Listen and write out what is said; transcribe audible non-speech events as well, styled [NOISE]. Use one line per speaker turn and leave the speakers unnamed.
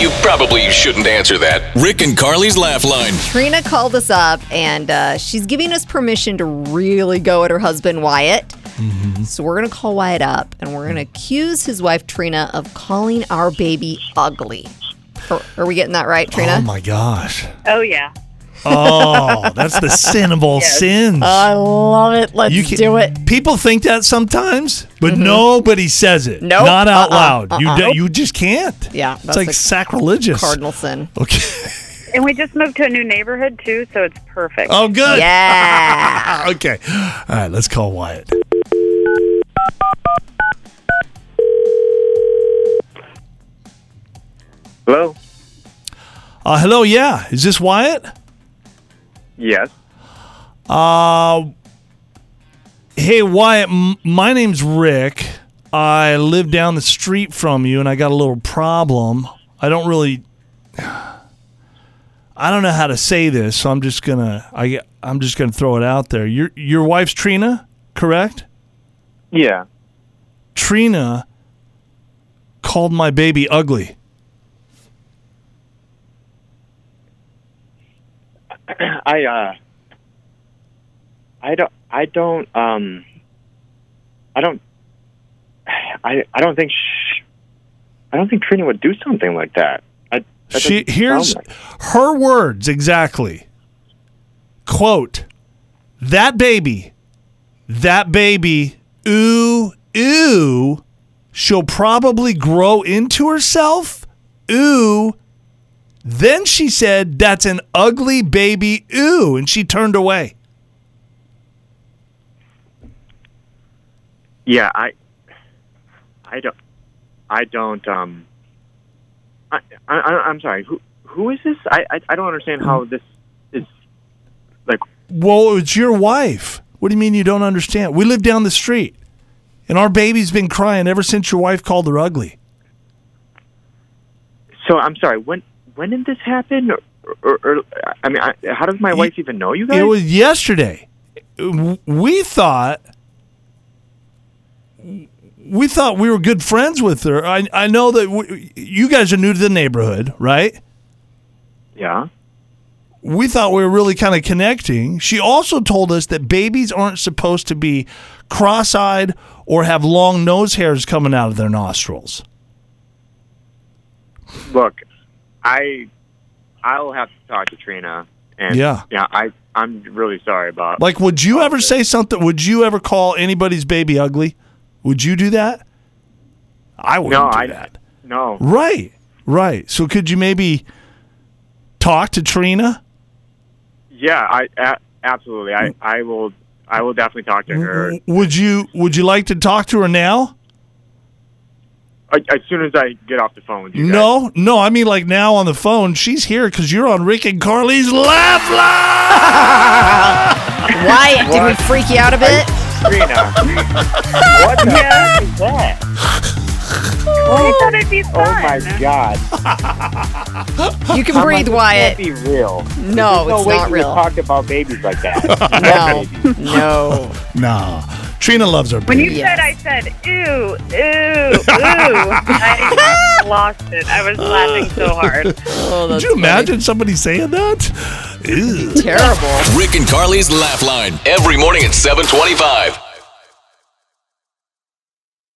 you probably shouldn't answer that.
Rick and Carly's Laugh Line.
Trina called us up and uh, she's giving us permission to really go at her husband Wyatt. So we're gonna call Wyatt up and we're gonna accuse his wife Trina of calling our baby ugly. Are, are we getting that right, Trina?
Oh my gosh.
Oh yeah.
Oh, that's the sin of
[LAUGHS]
all sins.
I love it. Uh, Let's
You can-
do it. Mm-hmm.
People think that sometimes, but nobody says it.
Nope.
Not out
Uh-uh.
loud. You
Uh-uh.
d- you just can't.
Yeah,
It's
that's
like
a
sacrilegious.
Cardinal sin.
Okay. [LAUGHS]
And we just moved to a new neighborhood too, so it's perfect.
Oh, good.
Yeah.
Ah, okay. All right, let's call Wyatt.
Hello?
Uh, hello. Yeah. Is this Wyatt?
Yes.
Uh, hey, Wyatt, m- my name's Rick. I live down the street from you, and I got a little problem. I don't really. I don't know how to say this, so I'm just gonna I I'm just gonna throw it out there. Your your wife's Trina, correct?
Yeah. [CLEARS THROAT]
Trina called my baby ugly.
I uh I don't I don't um I don't I I don't think sh I don't think Trina would do something like that. I that
She
doesn't sound
here's
like-
her words exactly. Quote That baby, that baby, ooh, ooh, she'll probably grow into herself. Ooh. Then she said, That's an ugly baby, ooh, and she turned away.
Yeah, I I don't I don't um I, I I- I'm sorry. Who who is this? I I, I don't understand how
Mm.
this is like
Well, it's your wife. What do you mean you don't understand? We live down the street, and our baby's been crying ever since your wife called her ugly.
So I'm sorry. When when did this happen? Or, or, or I mean, I, how does my wife even know you guys?
It was yesterday. W- We thought we thought we were good friends with her. I I know that w you guys are new to the neighborhood, right?
yeah.
We thought we were really kind of connecting. She also told us that babies aren't supposed to be cross-eyed or have long nose hairs coming out of their nostrils.
Look, I I'll have to talk to Trina. And
Yeah.
Yeah. I I'm really sorry about.
Like, would you ever say something? Would you ever call anybody's baby ugly? Would you do that? I wouldn't
no,
do
I
that.
no.
Right, right. So could you maybe talk to Trina?
Yeah. I a, absolutely. I I will I will definitely talk to her
Would you Would you like to talk to her now?
as, as soon as I get off the phone with you. guys.
No, no. I mean, like now on the phone. She's here because you're on Rick and Carly's laugh line.
Wyatt, did we freak you out a bit?
[LAUGHS]
Trina. what the heck is that?
I thought it'd be fun.
Oh my god!
You can breathe,
Can't
Wyatt.
be real.
No,
There's
it's
way
not
you
real.
Talked about babies like that.
No, no.
nah, Trina loves her.
When
Baby.
you
Yes.
said, I said, ooh, ooh, ooh. I lost it. I was laughing so hard.
Oh,
Could
that's
you imagine somebody saying that? Ew.
terrible.
Rick and Carly's Laugh Line.
Every morning at 725.